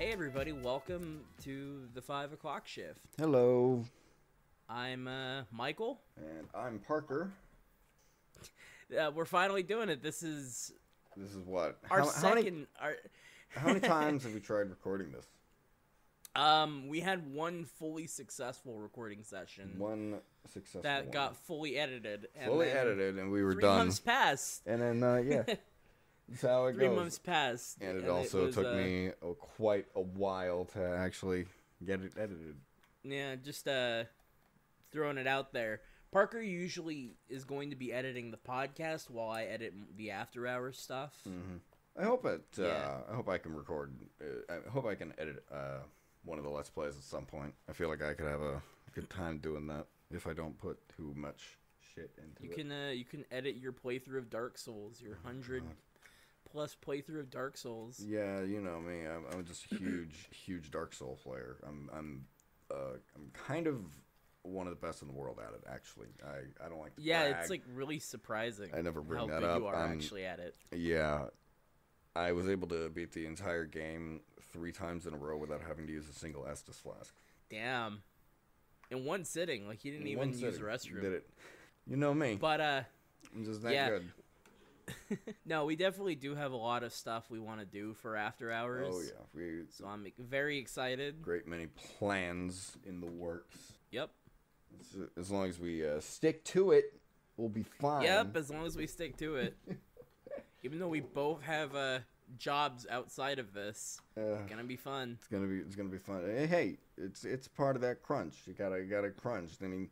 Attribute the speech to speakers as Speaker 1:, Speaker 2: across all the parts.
Speaker 1: everybody. Welcome to the five o'clock shift.
Speaker 2: Hello.
Speaker 1: I'm uh, Michael.
Speaker 2: And I'm Parker.
Speaker 1: Uh, we're finally doing it. This is
Speaker 2: This is what?
Speaker 1: our
Speaker 2: how, how many,
Speaker 1: second.
Speaker 2: how many times have we tried recording this?
Speaker 1: Our um, we had one fully successful recording session
Speaker 2: One successful.
Speaker 1: that
Speaker 2: one.
Speaker 1: got fully edited. And
Speaker 2: fully
Speaker 1: then
Speaker 2: edited, and we were
Speaker 1: Three
Speaker 2: done.
Speaker 1: months passed.
Speaker 2: And then, uh, yeah. That's how it
Speaker 1: Three
Speaker 2: goes.
Speaker 1: months passed.
Speaker 2: and it also
Speaker 1: was,
Speaker 2: took
Speaker 1: uh,
Speaker 2: me oh, quite a while to actually get it edited.
Speaker 1: Yeah, just uh, throwing it out there. Parker usually is going to be editing the podcast while I edit the after hours stuff.
Speaker 2: I hope it. Uh,
Speaker 1: Yeah.
Speaker 2: I hope I can record. Uh, I hope I can edit uh, one of the let's plays at some point. I feel like I could have a good time doing that if I don't put too much shit into
Speaker 1: You
Speaker 2: it.
Speaker 1: can uh, you can edit your playthrough of Dark Souls, your hundred plus playthrough of Dark Souls.
Speaker 2: Yeah, Uh-huh. you know me. I'm, I'm just a huge, huge Dark Soul player. I'm, I'm, uh, I'm kind of one of the best in the world at it. Actually, I, I don't like. To
Speaker 1: Yeah, it's
Speaker 2: brag.
Speaker 1: like really surprising.
Speaker 2: I never bring
Speaker 1: how
Speaker 2: that
Speaker 1: good
Speaker 2: up.
Speaker 1: you are
Speaker 2: I'm-
Speaker 1: actually at it.
Speaker 2: Yeah, I was able to beat the entire game three times in a row without having to use a single Estus flask.
Speaker 1: Damn, in one sitting, like you didn't
Speaker 2: In
Speaker 1: even
Speaker 2: one
Speaker 1: use the
Speaker 2: sitting,
Speaker 1: restroom.
Speaker 2: Did it? You know me.
Speaker 1: But uh,
Speaker 2: I'm just that
Speaker 1: yeah.
Speaker 2: good. Oh,
Speaker 1: no, we definitely do have a lot of stuff we want to do for after hours.
Speaker 2: Oh yeah, we
Speaker 1: So I'm very excited.
Speaker 2: great many plans in the works.
Speaker 1: Yep.
Speaker 2: As- As long as we uh, stick to it, we'll be fine.
Speaker 1: Yep, as long as we stick to it. Even though we both have uh, jobs outside of this,
Speaker 2: Uh,
Speaker 1: gonna be fun.
Speaker 2: It's gonna be it's gonna be fun. Hey, hey, it's it's part of that crunch. You gotta you gotta crunch. I mean,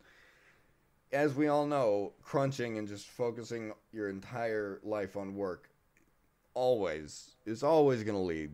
Speaker 2: as we all know, crunching and just focusing your entire life on work always is always gonna lead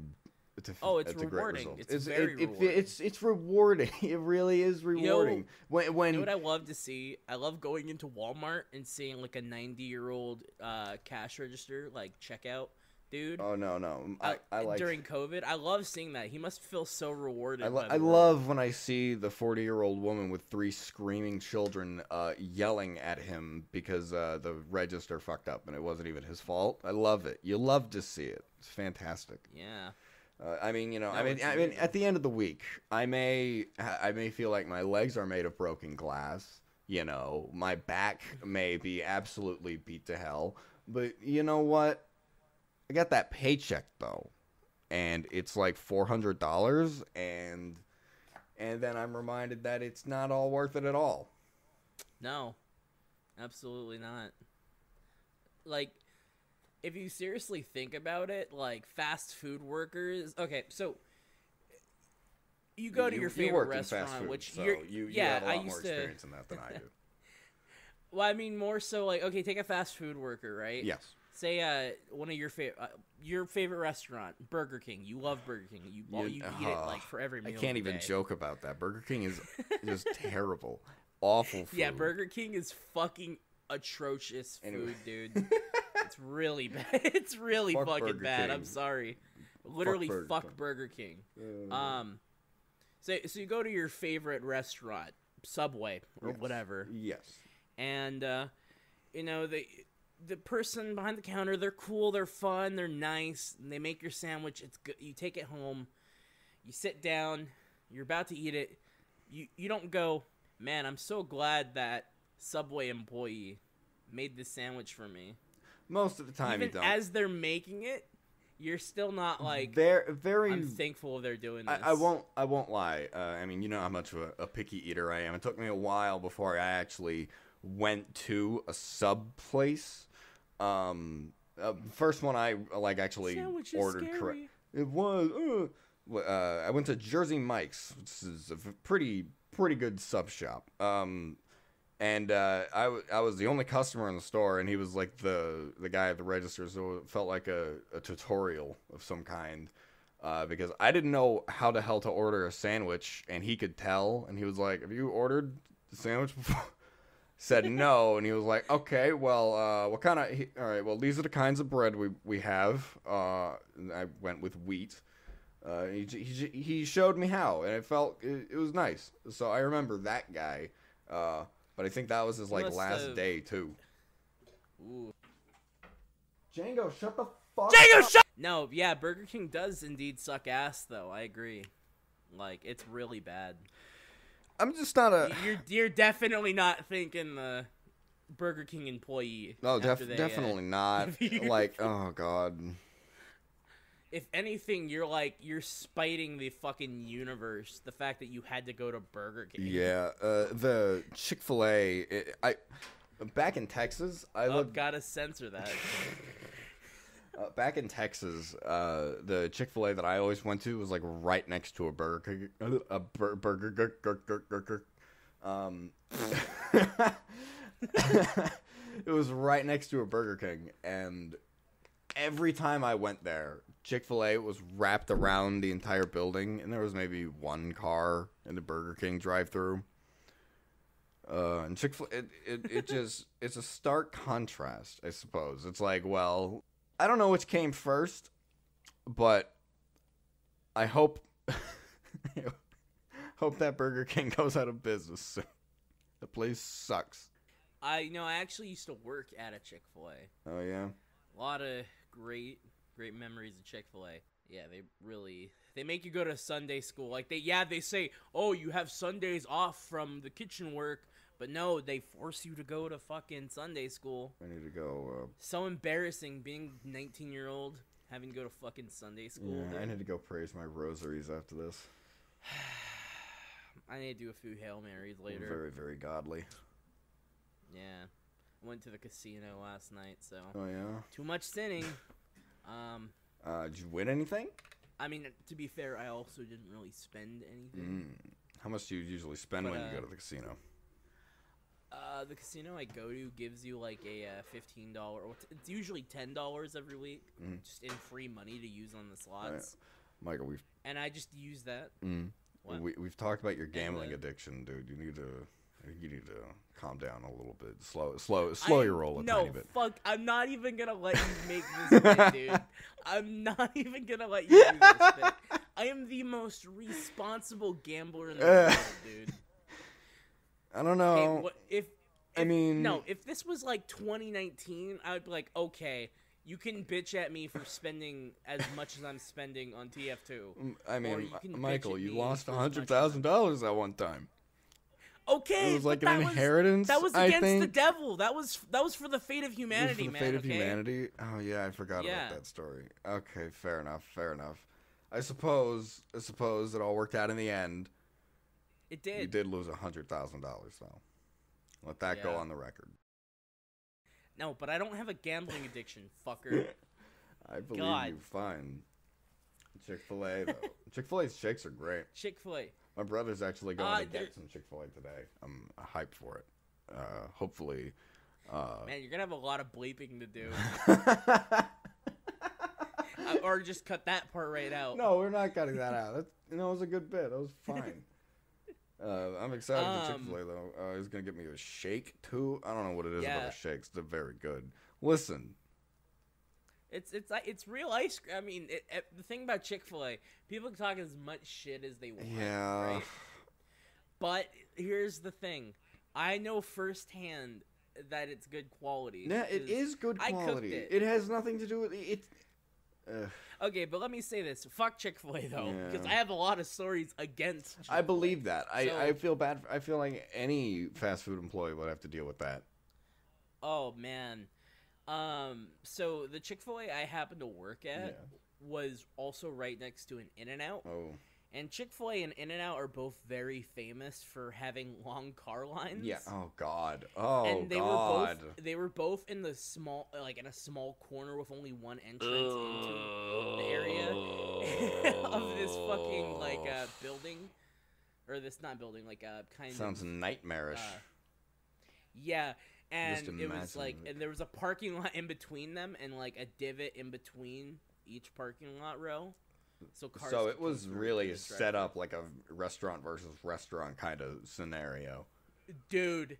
Speaker 2: to
Speaker 1: Oh, it's
Speaker 2: to great
Speaker 1: rewarding.
Speaker 2: results.
Speaker 1: It's very
Speaker 2: it-
Speaker 1: rewarding.
Speaker 2: It, it's it's rewarding. It really is rewarding. when when
Speaker 1: You know what I love to see? I love going into Walmart and seeing like a 90 year old uh, cash register, like checkout dude.
Speaker 2: oh no no I,
Speaker 1: Uh,
Speaker 2: I like
Speaker 1: during COVID, I love seeing that. He must feel so rewarded.
Speaker 2: I, lo-
Speaker 1: by the
Speaker 2: I
Speaker 1: world.
Speaker 2: love when I see the 40 year old woman with three screaming children uh, yelling at him because uh, the register fucked up and it wasn't even his fault. I love it. You love to see it. It's fantastic.
Speaker 1: Yeah.
Speaker 2: Uh, I mean, you know,
Speaker 1: No,
Speaker 2: I mean,
Speaker 1: it's
Speaker 2: I mean,
Speaker 1: amazing.
Speaker 2: at the end of the week, I may, I may feel like my legs are made of broken glass. You know, my back may be absolutely beat to hell. But you know what? I got that paycheck though, and it's like four hundred dollars, and and then I'm reminded that it's not all worth it at all.
Speaker 1: No, absolutely not. Like, if you seriously think about it, like fast food workers. Okay, so you go to your favorite
Speaker 2: work in fast
Speaker 1: restaurant,
Speaker 2: food,
Speaker 1: which
Speaker 2: so
Speaker 1: you're,
Speaker 2: you, you
Speaker 1: yeah,
Speaker 2: have a lot
Speaker 1: I
Speaker 2: more
Speaker 1: used to.
Speaker 2: experience in that than I do.
Speaker 1: Well, I mean, more so like okay, take a fast food worker, right?
Speaker 2: yes.
Speaker 1: Say uh, one of your favorite, uh, your favorite restaurant, Burger King. You love Burger King. You well, you,
Speaker 2: You-
Speaker 1: eat it
Speaker 2: ah,
Speaker 1: like for every
Speaker 2: I
Speaker 1: meal.
Speaker 2: can't
Speaker 1: of the
Speaker 2: even
Speaker 1: day.
Speaker 2: joke about that. Burger King is just terrible, awful food.
Speaker 1: Yeah, Burger King is fucking atrocious
Speaker 2: Anyway.
Speaker 1: food, dude. it's really bad. It's really
Speaker 2: Fuck
Speaker 1: fucking
Speaker 2: Burger
Speaker 1: bad. I'm
Speaker 2: King. Fuck
Speaker 1: sorry. Literally, fuck,
Speaker 2: Burger King.
Speaker 1: Burger King.
Speaker 2: Uh,
Speaker 1: Um, so so you go to your favorite restaurant, Subway or
Speaker 2: Yes.
Speaker 1: whatever,
Speaker 2: yes.
Speaker 1: and uh, you know the the person behind the counter, they're cool, they're fun, they're nice. And they make your sandwich. It's good. You take it home. You sit down. You're about to eat it. You you don't go, man. I'm so glad that Subway employee made this sandwich for me.
Speaker 2: Most of the time,
Speaker 1: Even
Speaker 2: you don't.
Speaker 1: as they're making it, you're still not like.
Speaker 2: They're very.
Speaker 1: I'm thankful they're doing this.
Speaker 2: I, I won't. I won't lie. Uh, I mean, you know how much of a, a picky eater I am. It took me a while before I actually went to a sub place. Um, uh, first one I like actually
Speaker 1: Sandwich is
Speaker 2: ordered
Speaker 1: scary.
Speaker 2: correct. It was. Uh, w- uh, I went to Jersey Mike's, which is a v- pretty pretty good sub shop. Um, and uh, I, w- I was the only customer in the store, and he was like the the guy at the register, so it felt like a, a tutorial of some kind. Uh, because I didn't know how the hell to order a sandwich, and he could tell, and he was like, "Have you ordered the sandwich before?" said no, and he was like, "Okay, well, uh, what kind of? He, all right, well, these are the kinds of bread we we have." Uh, and I went with wheat. Uh, he, j- he j- he showed me how, and it felt it, it was nice. So I remember that guy. Uh, but I think that was his like
Speaker 1: must
Speaker 2: last
Speaker 1: have-
Speaker 2: day too.
Speaker 1: Ooh.
Speaker 2: Django, shut the fuck.
Speaker 1: Django, shut No, yeah, Burger King does indeed suck ass, though. I agree. Like, it's really bad.
Speaker 2: I'm just not a.
Speaker 1: Y- You're you're definitely not thinking the Burger King employee.
Speaker 2: No,
Speaker 1: after
Speaker 2: def-
Speaker 1: they, uh,
Speaker 2: definitely not.
Speaker 1: you-
Speaker 2: like, oh god.
Speaker 1: if anything, you're like you're spiting the fucking universe. The fact that you had to go to Burger King.
Speaker 2: Yeah, uh, the Chick Fil A. I back in Texas, I
Speaker 1: Oh,
Speaker 2: lived
Speaker 1: gotta censor that.
Speaker 2: uh, back in Texas. Uh, the Chick Fil A that I always went to was like right next to a Burger King. A bur- Burger Gur- Gur- Gur- Gur- Gur. Um, it was right next to a Burger King, and every time I went there, Chick Fil A was wrapped around the entire building, and there was maybe one car in the Burger King drive-through. Uh, and Chick Fil it, it it just it's a stark contrast, I suppose. It's like, well, I don't know which came first, but I hope hope that Burger King goes out of business soon. The place sucks.
Speaker 1: I know. I actually used to work at a Chick Fil A.
Speaker 2: Oh yeah.
Speaker 1: A lot of great, great memories of Chick Fil A. Yeah, they really they make you go to Sunday school. Like they, yeah, they say, oh, you have Sundays off from the kitchen work, but no, they force you to go to fucking Sunday school.
Speaker 2: I need to go. uh,
Speaker 1: So embarrassing being 19 year old having to go to fucking Sunday
Speaker 2: Uh,
Speaker 1: school.
Speaker 2: yeah, I
Speaker 1: dude.
Speaker 2: need to go praise my rosaries after this.
Speaker 1: I need to do a few hail marys later.
Speaker 2: Very very godly.
Speaker 1: Yeah, I went to the casino last night, so
Speaker 2: Oh yeah.
Speaker 1: too much sinning. Um,
Speaker 2: Uh, did you win anything?
Speaker 1: I mean, to be fair, I also didn't really spend anything.
Speaker 2: Mm. How much do you usually spend
Speaker 1: But,
Speaker 2: when
Speaker 1: uh,
Speaker 2: you go to the casino?
Speaker 1: Uh, the casino I go to gives you like a uh, fifteen dollar. It's usually ten dollars every week,
Speaker 2: Mhm.
Speaker 1: just in free money to use on the slots,
Speaker 2: Michael, we've
Speaker 1: and I just use that.
Speaker 2: mm,
Speaker 1: What?
Speaker 2: we, we've talked about your gambling
Speaker 1: uh,
Speaker 2: addiction, dude. You need to you need to calm down a little bit. Slow slow slow
Speaker 1: I-
Speaker 2: your roll a
Speaker 1: no,
Speaker 2: tiny bit.
Speaker 1: fuck! I'm not even gonna let you make this bit, dude. I'm not even gonna let you do this bit. I am the most responsible gambler in the
Speaker 2: Uh,
Speaker 1: world, dude.
Speaker 2: I don't
Speaker 1: Hey,
Speaker 2: know.
Speaker 1: what- if
Speaker 2: Um, I mean,
Speaker 1: no, if this was like 2019, I would be like, okay, you can bitch at me for spending as much as I'm spending on TF2.
Speaker 2: M- I
Speaker 1: Or
Speaker 2: mean,
Speaker 1: you can
Speaker 2: M-
Speaker 1: bitch
Speaker 2: Michael,
Speaker 1: at
Speaker 2: you
Speaker 1: me
Speaker 2: lost
Speaker 1: for
Speaker 2: a
Speaker 1: as much
Speaker 2: hundred
Speaker 1: as
Speaker 2: thousand dollars at one time.
Speaker 1: Okay,
Speaker 2: It was
Speaker 1: but
Speaker 2: like
Speaker 1: that
Speaker 2: an
Speaker 1: was-
Speaker 2: inheritance.
Speaker 1: That was
Speaker 2: I
Speaker 1: against
Speaker 2: think.
Speaker 1: the devil. That was that was for the fate of
Speaker 2: It was
Speaker 1: humanity,
Speaker 2: for the
Speaker 1: man.
Speaker 2: fate of
Speaker 1: okay?
Speaker 2: humanity. Oh yeah, I forgot
Speaker 1: Yeah.
Speaker 2: about that story. Okay, fair enough. Fair enough. I suppose. I suppose it all worked out in the end.
Speaker 1: It
Speaker 2: you
Speaker 1: did.
Speaker 2: did lose a hundred thousand dollars, though. Let that go
Speaker 1: Yeah.
Speaker 2: on the record.
Speaker 1: No, but I don't have a gambling addiction, fucker.
Speaker 2: I believe
Speaker 1: God.
Speaker 2: you. Fine. Chick Fil A though. Chick Fil A's shakes are great.
Speaker 1: Chick Fil A.
Speaker 2: My brother's actually going
Speaker 1: Uh,
Speaker 2: to
Speaker 1: there-
Speaker 2: get some Chick Fil A today. I'm hyped for it. Uh, hopefully. Uh,
Speaker 1: Man, you're gonna have a lot of bleeping to do, Uh, or just cut that part right out.
Speaker 2: No, we're not cutting that out. That's, you know, it was a good bit. That was fine. Uh, I'm excited
Speaker 1: Um,
Speaker 2: for Chick Fil A though. Uh, he's gonna get me a shake too. I don't know what it is
Speaker 1: Yeah.
Speaker 2: about the shakes. They're very good. Listen,
Speaker 1: It's it's like- it's real ice cream. I mean, it, it, the thing about Chick Fil A, people can talk as much shit as they want.
Speaker 2: yeah,
Speaker 1: Right? But here's the thing, I know firsthand that it's good quality.
Speaker 2: yeah, it
Speaker 1: 'cause-
Speaker 2: is good
Speaker 1: I cooked
Speaker 2: quality.
Speaker 1: it.
Speaker 2: It. has nothing to do with uh, it. Ugh.
Speaker 1: Okay, but let me say this: fuck Chick Fil A though, because
Speaker 2: Yeah.
Speaker 1: I have a lot of stories against. Chick-fil-A.
Speaker 2: I believe that. I,
Speaker 1: So-
Speaker 2: I feel bad. I feel like any fast food employee would have to deal with that.
Speaker 1: Oh man, um, so the Chick Fil A I happened to work at was also right next to an In and Out,
Speaker 2: Oh,
Speaker 1: and Chick Fil A and In and Out are both very famous for having long car lines.
Speaker 2: yeah. Oh God. Oh
Speaker 1: and they
Speaker 2: God.
Speaker 1: were both they were both in the small like in a small corner with only one entrance into the area of this fucking like
Speaker 2: Oh.
Speaker 1: uh building or this not building like uh kind
Speaker 2: Sounds
Speaker 1: of
Speaker 2: nightmarish.
Speaker 1: uh, yeah and
Speaker 2: Just
Speaker 1: it was like
Speaker 2: imagine it.
Speaker 1: and there was a parking lot in between them and like a divot in between each parking lot row so cars
Speaker 2: so
Speaker 1: could
Speaker 2: it
Speaker 1: come
Speaker 2: was
Speaker 1: through
Speaker 2: really
Speaker 1: and drive
Speaker 2: set
Speaker 1: through.
Speaker 2: up like a restaurant versus restaurant kind of scenario.
Speaker 1: dude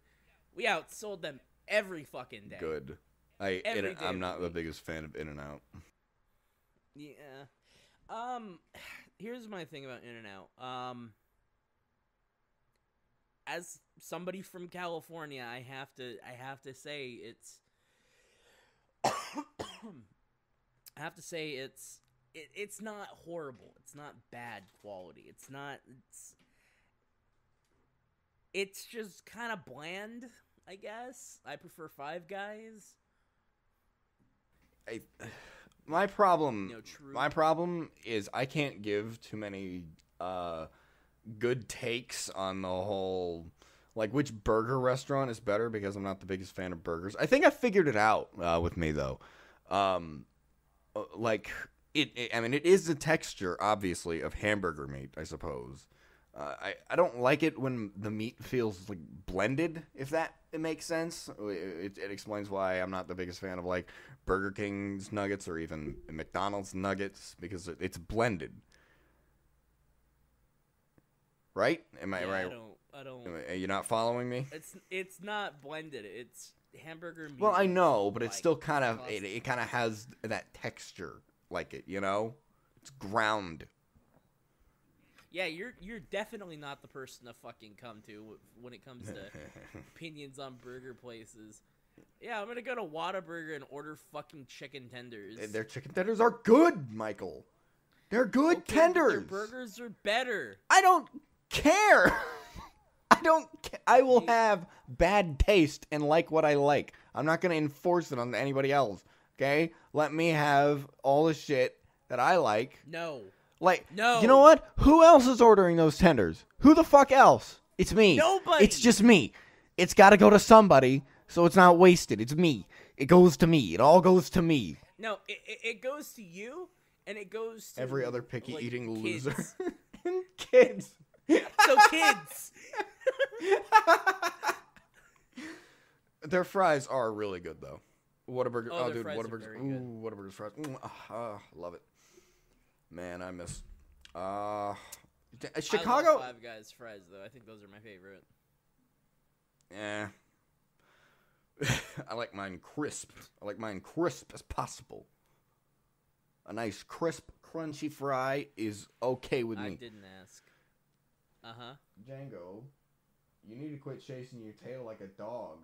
Speaker 1: we outsold them every fucking day
Speaker 2: Good. I
Speaker 1: Every
Speaker 2: In-
Speaker 1: day
Speaker 2: I'm
Speaker 1: of
Speaker 2: not
Speaker 1: the
Speaker 2: the
Speaker 1: week.
Speaker 2: biggest fan of In and Out.
Speaker 1: Yeah. Um here's my thing about In and Out. Um as somebody from California, I have to I have to say it's I have to say it's it, it's not horrible. It's not bad quality. It's not it's it's just kind of bland, I guess. I prefer Five Guys.
Speaker 2: I, my problem
Speaker 1: No, true.
Speaker 2: my problem is I can't give too many uh good takes on the whole like which burger restaurant is better because I'm not the biggest fan of burgers. I think I figured it out uh, with me though. Um uh, like it, it I mean it is the texture obviously of hamburger meat, I suppose. Uh, I, I don't like it when the meat feels like blended, if that it makes sense. Uh, It, it explains why I'm not the biggest fan of like Burger King's nuggets or even McDonald's nuggets because it, it's blended. Right? Am I
Speaker 1: Yeah, I
Speaker 2: right?
Speaker 1: don't I don't
Speaker 2: Am I- Are you not following me?
Speaker 1: It's it's not blended. It's hamburger meat.
Speaker 2: Well, I know, but
Speaker 1: like,
Speaker 2: it's still kind of it,
Speaker 1: sauce.
Speaker 2: it kind of has that texture like it, you know? It's ground.
Speaker 1: Yeah, you're you're definitely not the person to fucking come to wh- when it comes to opinions on burger places. Yeah, I'm gonna go to Whataburger and order fucking chicken tenders.
Speaker 2: Their chicken tenders are good, Michael. They're good
Speaker 1: Okay, but
Speaker 2: tenders.
Speaker 1: Their burgers are better.
Speaker 2: I don't care. I don't. Ca- I will have bad taste and like what I like. I'm not gonna enforce it on anybody else. Okay, let me have all the shit that I like.
Speaker 1: No.
Speaker 2: Like,
Speaker 1: No.
Speaker 2: You know what? Who else is ordering those tenders? Who the fuck else? It's me.
Speaker 1: Nobody.
Speaker 2: It's just me. It's got to go to somebody, so it's not wasted. It's me. It goes to me. It all goes to me.
Speaker 1: No, it, it, it goes to you and it goes to
Speaker 2: Every other picky
Speaker 1: like,
Speaker 2: eating
Speaker 1: kids.
Speaker 2: loser and kids.
Speaker 1: so kids.
Speaker 2: Their fries are really good though. Whataburger.
Speaker 1: Oh,
Speaker 2: Oh,
Speaker 1: their
Speaker 2: dude,
Speaker 1: fries are
Speaker 2: Whataburger's.
Speaker 1: very good.
Speaker 2: Ooh, Whataburger's fries. Mm, ah, ah, love it. Man, I miss. Uh, d-
Speaker 1: I
Speaker 2: uh,
Speaker 1: love
Speaker 2: Chicago.
Speaker 1: Five Guys fries though. I think those are my favorite.
Speaker 2: Yeah. I like mine crisp. I like mine crisp as possible. A nice crisp, crunchy fry is okay with
Speaker 1: I
Speaker 2: me.
Speaker 1: didn't ask. Uh huh.
Speaker 2: Django, you need to quit chasing your tail like a dog.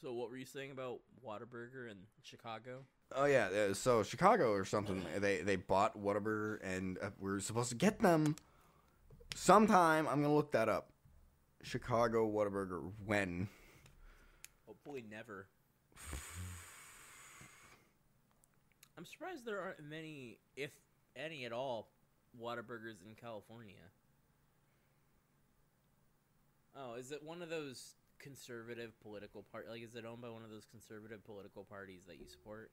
Speaker 1: So what were you saying about Whataburger and Chicago?
Speaker 2: Oh yeah, uh, so Chicago or something. uh, They they bought Whataburger and uh, we're supposed to get them sometime. I'm gonna look that up. Chicago Whataburger when?
Speaker 1: Hopefully never. I'm surprised there aren't many, if any at all, Whataburgers in California. Oh, is it one of those conservative political part? Like, is it owned by one of those conservative political parties that you support?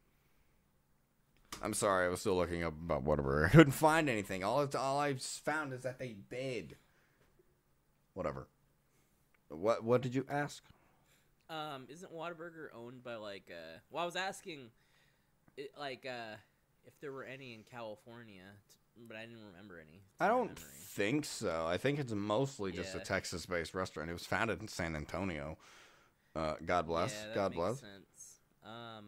Speaker 2: I'm sorry, I was still looking up about Whataburger. I couldn't find anything. All it's all I found is that they bid. Whatever. What what did you ask?
Speaker 1: Um, isn't Whataburger owned by like? Uh, well, I was asking, it, like, uh, if there were any in California, t- but I didn't remember any. It's my
Speaker 2: I don't
Speaker 1: memory.
Speaker 2: think so. I think it's mostly just a
Speaker 1: Yeah.
Speaker 2: Texas-based restaurant. It was founded in San Antonio. Uh, God bless.
Speaker 1: Yeah, that
Speaker 2: God
Speaker 1: makes
Speaker 2: bless.
Speaker 1: Sense. Um,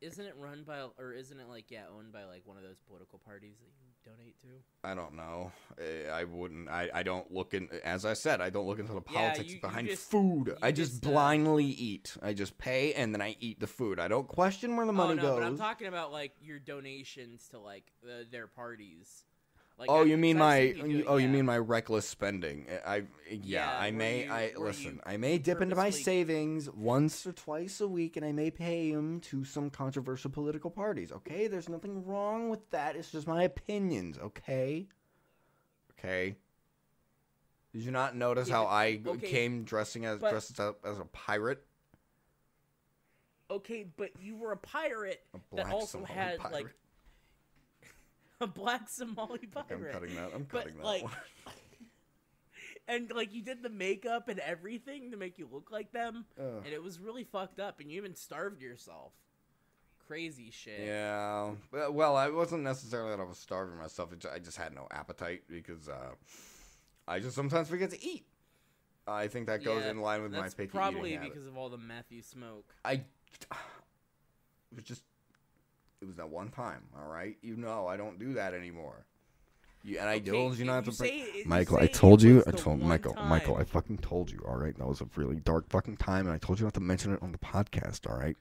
Speaker 1: isn't it run by, or isn't it like yeah, owned by like one of those political parties that you donate to?
Speaker 2: I don't know. Eh, I wouldn't. I, I don't look in. As I said, I don't look into the
Speaker 1: Yeah,
Speaker 2: politics
Speaker 1: you- you
Speaker 2: behind
Speaker 1: just-
Speaker 2: food. I just,
Speaker 1: just, uh,
Speaker 2: blindly eat. I just pay and then I eat the food. I don't question where the money
Speaker 1: oh no,
Speaker 2: goes.
Speaker 1: but I'm talking about like your donations to like the, their parties. Like,
Speaker 2: oh,
Speaker 1: I-
Speaker 2: you mean
Speaker 1: 'cause
Speaker 2: my?
Speaker 1: I've seen do it,
Speaker 2: oh, you
Speaker 1: yeah.
Speaker 2: mean my reckless spending? Eh, I yeah.
Speaker 1: Yeah,
Speaker 2: I
Speaker 1: where
Speaker 2: may.
Speaker 1: you-
Speaker 2: I
Speaker 1: where
Speaker 2: listen.
Speaker 1: you
Speaker 2: I may dip into my
Speaker 1: purposely-
Speaker 2: savings once or twice a week, and I may pay them to some controversial political parties. Okay, there's nothing wrong with that. It's just my opinions. Okay. Okay. Did you not notice
Speaker 1: Yeah,
Speaker 2: how
Speaker 1: but-
Speaker 2: I
Speaker 1: okay,
Speaker 2: came dressing as
Speaker 1: but-
Speaker 2: dressed up as a pirate?
Speaker 1: Okay, but you were a pirate
Speaker 2: A
Speaker 1: that
Speaker 2: black
Speaker 1: also
Speaker 2: Somali
Speaker 1: had
Speaker 2: pirate.
Speaker 1: like a black Somali
Speaker 2: I'm
Speaker 1: pirate.
Speaker 2: cutting that. I'm
Speaker 1: But,
Speaker 2: cutting that
Speaker 1: like,
Speaker 2: one.
Speaker 1: and like you did the makeup and everything to make you look like them,
Speaker 2: Ugh.
Speaker 1: and it was really fucked up. And you even starved yourself. Crazy shit.
Speaker 2: Yeah. Well- Well, I wasn't necessarily that I was starving myself. It's- I just had no appetite because uh, I just sometimes forget to eat. I think that goes
Speaker 1: Yeah,
Speaker 2: in line with my
Speaker 1: That's
Speaker 2: picky
Speaker 1: probably
Speaker 2: eating habit.
Speaker 1: because of all the meth you smoke.
Speaker 2: I it was just it was that one time. All right, you know I don't do that anymore. You, and I
Speaker 1: Okay,
Speaker 2: told you
Speaker 1: if
Speaker 2: not
Speaker 1: you
Speaker 2: to bring.
Speaker 1: say it- you
Speaker 3: Michael,
Speaker 1: say
Speaker 3: I
Speaker 1: it
Speaker 3: told you.
Speaker 1: was
Speaker 3: I
Speaker 1: the
Speaker 3: told
Speaker 1: one
Speaker 3: Michael, Michael, I
Speaker 1: time.
Speaker 3: fucking told you. All right, that was a really dark fucking time, and I told you not to mention it on the podcast. All right,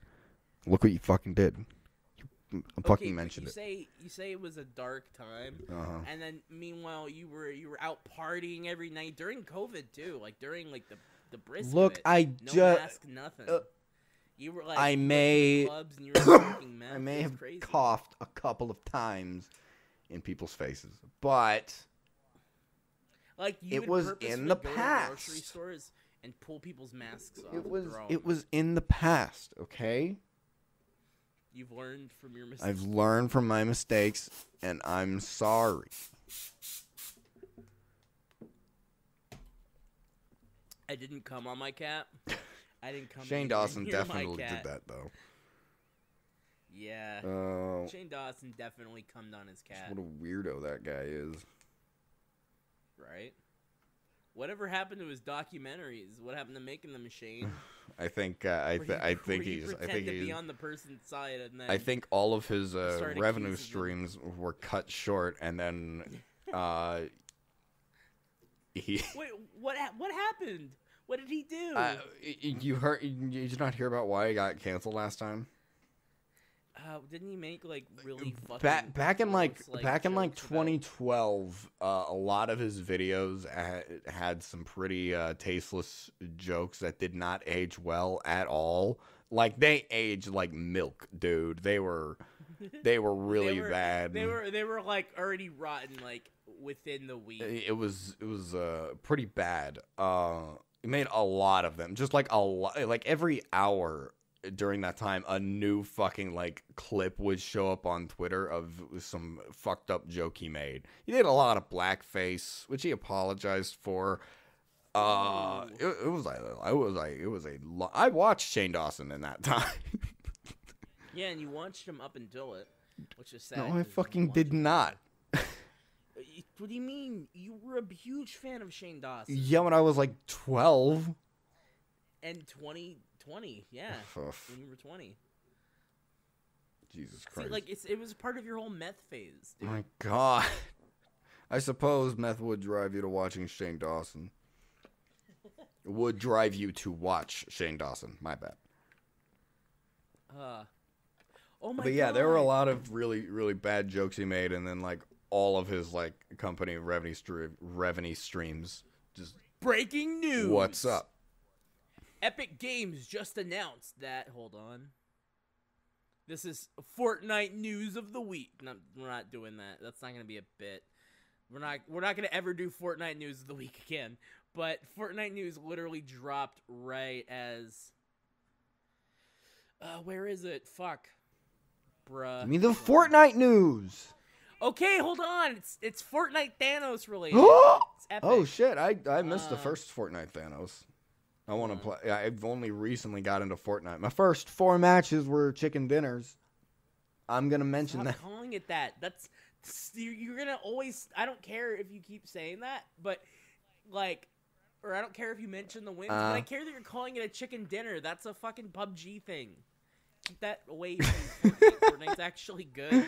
Speaker 3: look what you fucking did. You m-
Speaker 1: Okay,
Speaker 3: fucking
Speaker 1: but
Speaker 3: mentioned
Speaker 1: you
Speaker 3: it.
Speaker 1: Say you say it was a dark time,
Speaker 3: Uh-huh.
Speaker 2: Oh.
Speaker 1: and then meanwhile you were you were out partying every night during COVID too, like during like the the brisk.
Speaker 2: Look,
Speaker 1: of it.
Speaker 2: I
Speaker 1: no
Speaker 2: ju-
Speaker 1: mask, nothing.
Speaker 2: uh,
Speaker 1: you were like
Speaker 2: I
Speaker 1: going to
Speaker 2: may-
Speaker 1: clubs and you were smoking meth.
Speaker 2: I may
Speaker 1: It was
Speaker 2: have
Speaker 1: crazy.
Speaker 2: coughed a couple of times in people's faces, but
Speaker 1: Like you
Speaker 2: it
Speaker 1: would
Speaker 2: was
Speaker 1: purposefully
Speaker 2: in the
Speaker 1: go to grocery
Speaker 2: past.
Speaker 1: stores and pull people's masks off.
Speaker 2: it
Speaker 1: and
Speaker 2: was
Speaker 1: throw 'em.
Speaker 2: it was in the past. Okay,
Speaker 1: You've learned from your mistakes.
Speaker 2: I've learned from my mistakes, and I'm sorry.
Speaker 1: I didn't come on my cat. I didn't come.
Speaker 2: Shane
Speaker 1: anywhere
Speaker 2: Dawson
Speaker 1: near my
Speaker 2: definitely did
Speaker 1: cat.
Speaker 2: that though.
Speaker 1: Yeah.
Speaker 2: Oh,
Speaker 1: Shane Dawson definitely cummed on his cat.
Speaker 2: what a weirdo that guy is.
Speaker 1: right? Whatever happened to his documentaries? What happened to making them, Shane?
Speaker 2: I think uh, I
Speaker 1: Where
Speaker 2: th-
Speaker 1: you-
Speaker 2: I
Speaker 1: where
Speaker 2: think
Speaker 1: you
Speaker 2: he's I
Speaker 1: pretend
Speaker 2: think
Speaker 1: to be
Speaker 2: he's
Speaker 1: on the person's side, and then
Speaker 2: I think all of his uh,
Speaker 1: started
Speaker 2: revenue
Speaker 1: accusing him.
Speaker 2: streams were cut short, and then uh, he.
Speaker 1: Wait, what? ha- What happened? What did he do?
Speaker 2: Uh, y- y- you heard? You you did not hear about why he got canceled last time?
Speaker 1: Uh, didn't he make like really fucking
Speaker 2: Back back in like,
Speaker 1: gross,
Speaker 2: back in like
Speaker 1: jokes about-
Speaker 2: 2012, uh, a lot of his videos ha- had some pretty uh, tasteless jokes that did not age well at all. Like they aged like milk, dude. They were they were really
Speaker 1: were-
Speaker 2: bad.
Speaker 1: They were they were like already rotten like within the week.
Speaker 2: it it was it was uh pretty bad uh it made a lot of them just like a lot like every hour during that time a new fucking like clip would show up on twitter of some fucked up joke he made he did a lot of blackface which he apologized for uh
Speaker 1: Ooh.
Speaker 2: it, it was like i was like it was a lo- i watched shane dawson in that time
Speaker 1: yeah, and you watched him up until it, which is sad.
Speaker 2: no
Speaker 1: 'cause
Speaker 2: i
Speaker 1: you
Speaker 2: fucking
Speaker 1: watched
Speaker 2: did
Speaker 1: him.
Speaker 2: not
Speaker 1: Uh, you- What do you mean? You were a huge fan of Shane Dawson.
Speaker 2: yeah when i was like 12
Speaker 1: And 2020, yeah. when you were 20.
Speaker 2: jesus
Speaker 1: See,
Speaker 2: christ
Speaker 1: like it's it was part of your whole meth phase, dude.
Speaker 2: My God. I suppose meth would drive you to watching Shane Dawson. would drive you to watch Shane Dawson. My bad.
Speaker 1: Oh Uh, oh my
Speaker 2: But yeah, there were a
Speaker 1: God.
Speaker 2: lot of really, really bad jokes he made, and then like all of his like company revenue stream revenue streams. Just
Speaker 1: breaking news.
Speaker 2: what's up?
Speaker 1: Epic Games just announced that. Hold on. This is Fortnite news of the week. No, we're not doing that. That's not gonna be a bit. We're not. We're not gonna ever do Fortnite news of the week again. But Fortnite news literally dropped right as. Uh, where is it? Fuck, bruh.
Speaker 3: the Fortnite news.
Speaker 1: Okay, hold on. It's it's Fortnite Thanos related. It's epic.
Speaker 2: Oh shit! I I missed the
Speaker 1: Uh,
Speaker 2: first Fortnite Thanos. I want to play. I've only recently got into Fortnite. My first four matches were chicken dinners. I'm gonna mention
Speaker 1: Stop
Speaker 2: that.
Speaker 1: calling it that. That's s- you- you're gonna always. I don't care if you keep saying that, but like, or I don't care if you mention the wins. but I
Speaker 2: Uh.
Speaker 1: care that you're calling it a chicken dinner. That's a fucking PUBG thing. Keep that away from Fortnite. Fortnite's actually good.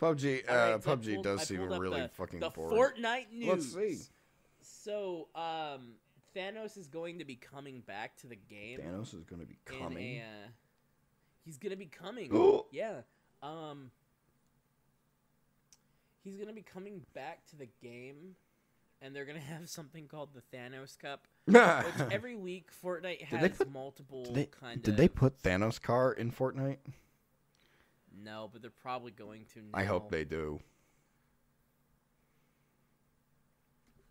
Speaker 2: PUBG,
Speaker 1: All right,
Speaker 2: uh,
Speaker 1: so I
Speaker 2: PUBG
Speaker 1: pulled- I
Speaker 2: does seem
Speaker 1: pulled up
Speaker 2: really
Speaker 1: the,
Speaker 2: fucking
Speaker 1: the
Speaker 2: boring.
Speaker 1: Fortnite news.
Speaker 2: Let's see.
Speaker 1: So, um, Thanos is going to be coming back to the game.
Speaker 2: Thanos is gonna be
Speaker 1: in
Speaker 2: coming.
Speaker 1: a, uh, he's gonna be coming. yeah. Um. He's gonna be coming back to the game, and they're gonna have something called the Thanos Cup. Which every week Fortnite
Speaker 3: they
Speaker 1: has
Speaker 3: put-
Speaker 1: multiple
Speaker 3: Did they,
Speaker 1: kind
Speaker 3: did
Speaker 1: of.
Speaker 3: they put?
Speaker 2: Thanos car in Fortnite?
Speaker 1: No, but they're probably going to. Now.
Speaker 2: I hope they do.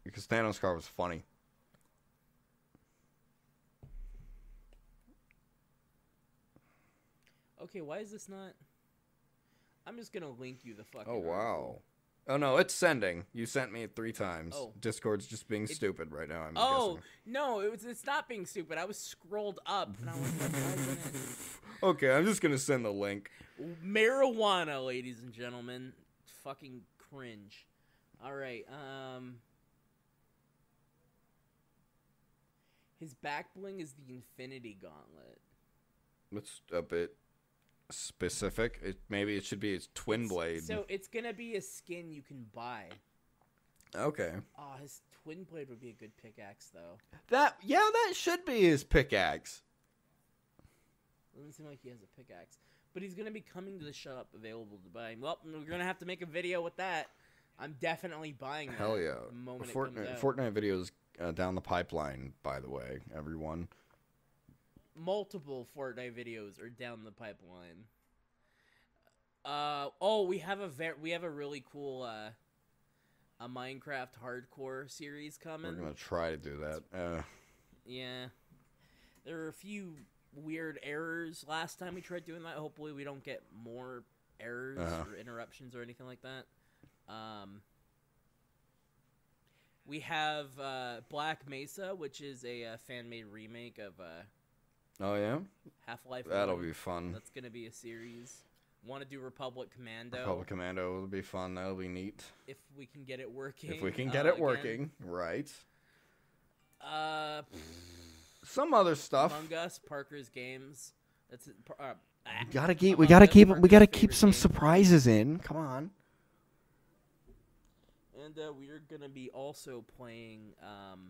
Speaker 2: Because Thanos car was funny.
Speaker 1: Okay, why is this not? I'm just gonna link you the fucking.
Speaker 2: Oh
Speaker 1: article.
Speaker 2: wow. Oh no, it's sending. You sent me it three times.
Speaker 1: Oh.
Speaker 2: Discord's just being stupid right now. I'm
Speaker 1: Oh no! It was, it's not being stupid. I was scrolled up, and I was like, why isn't it?
Speaker 2: guessing. Okay, I'm just gonna send the link.
Speaker 1: marijuana ladies and gentlemen fucking cringe all right um his back bling is the infinity gauntlet
Speaker 2: It's a bit specific. It maybe it should be its twin blade.
Speaker 1: so it's gonna be a skin you can buy
Speaker 2: Okay.
Speaker 1: Oh, his twin blade would be a good pickaxe though.
Speaker 2: That yeah, that should be his pickaxe.
Speaker 1: Doesn't seem like he has a pickaxe, but he's gonna be coming to the shop available to buy. Well, we're gonna have to make a video with that. I'm definitely buying that.
Speaker 2: Hell yeah.
Speaker 1: The moment it comes
Speaker 2: Fortnite,
Speaker 1: out.
Speaker 2: Fortnite videos uh, down the pipeline, by the way, everyone.
Speaker 1: multiple Fortnite videos are down the pipeline. Uh oh, we have a ver- we have a really cool uh a Minecraft hardcore series
Speaker 2: We're
Speaker 1: coming.
Speaker 2: gonna try to do that. Uh,
Speaker 1: Yeah. There were a few weird errors last time we tried doing that. Hopefully we don't get more errors
Speaker 2: Uh-huh.
Speaker 1: or interruptions or anything like that. Um we have uh, Black Mesa, which is a uh, fan made remake of uh,
Speaker 2: oh yeah,
Speaker 1: Half Life.
Speaker 2: that'll be fun.
Speaker 1: That's gonna be a series. Want to do Republic Commando
Speaker 2: Republic Commando will be fun. That'll be neat
Speaker 1: if we can get it working.
Speaker 2: if we can
Speaker 1: uh,
Speaker 2: get it
Speaker 1: again.
Speaker 2: working right.
Speaker 1: Uh,
Speaker 2: Some other stuff.
Speaker 1: Among Us, Parker's Games. That's it, par- uh, ah.
Speaker 3: We gotta keep. We
Speaker 1: Among
Speaker 3: gotta
Speaker 1: Us,
Speaker 3: keep. We
Speaker 1: Parker's
Speaker 3: gotta keep
Speaker 1: favorite
Speaker 3: some
Speaker 1: game.
Speaker 3: surprises in. Come on.
Speaker 1: And uh, we are gonna be also playing um,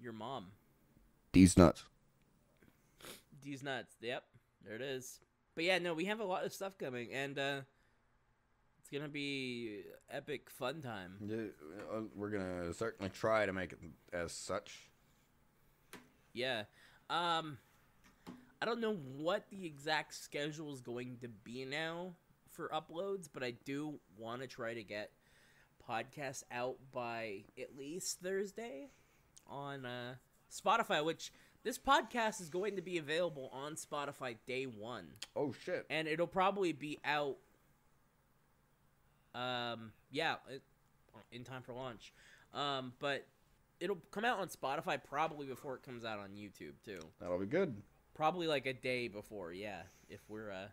Speaker 1: your mom.
Speaker 3: These nuts.
Speaker 1: D's nuts. Yep, there it is. But yeah, no, we have a lot of stuff coming, and uh, it's gonna be epic fun time.
Speaker 2: Yeah, uh, we're gonna certainly try to make it as such.
Speaker 1: Yeah. Um I don't know what the exact schedule is going to be now for uploads, but I do want to try to get podcasts out by at least Thursday on uh Spotify, which this podcast is going to be available on Spotify day 1
Speaker 2: Oh shit!
Speaker 1: and it'll probably be out um yeah it, in time for launch um but it'll come out on spotify probably before it comes out on youtube too
Speaker 2: That'll be good.
Speaker 1: probably like a day before yeah if we're uh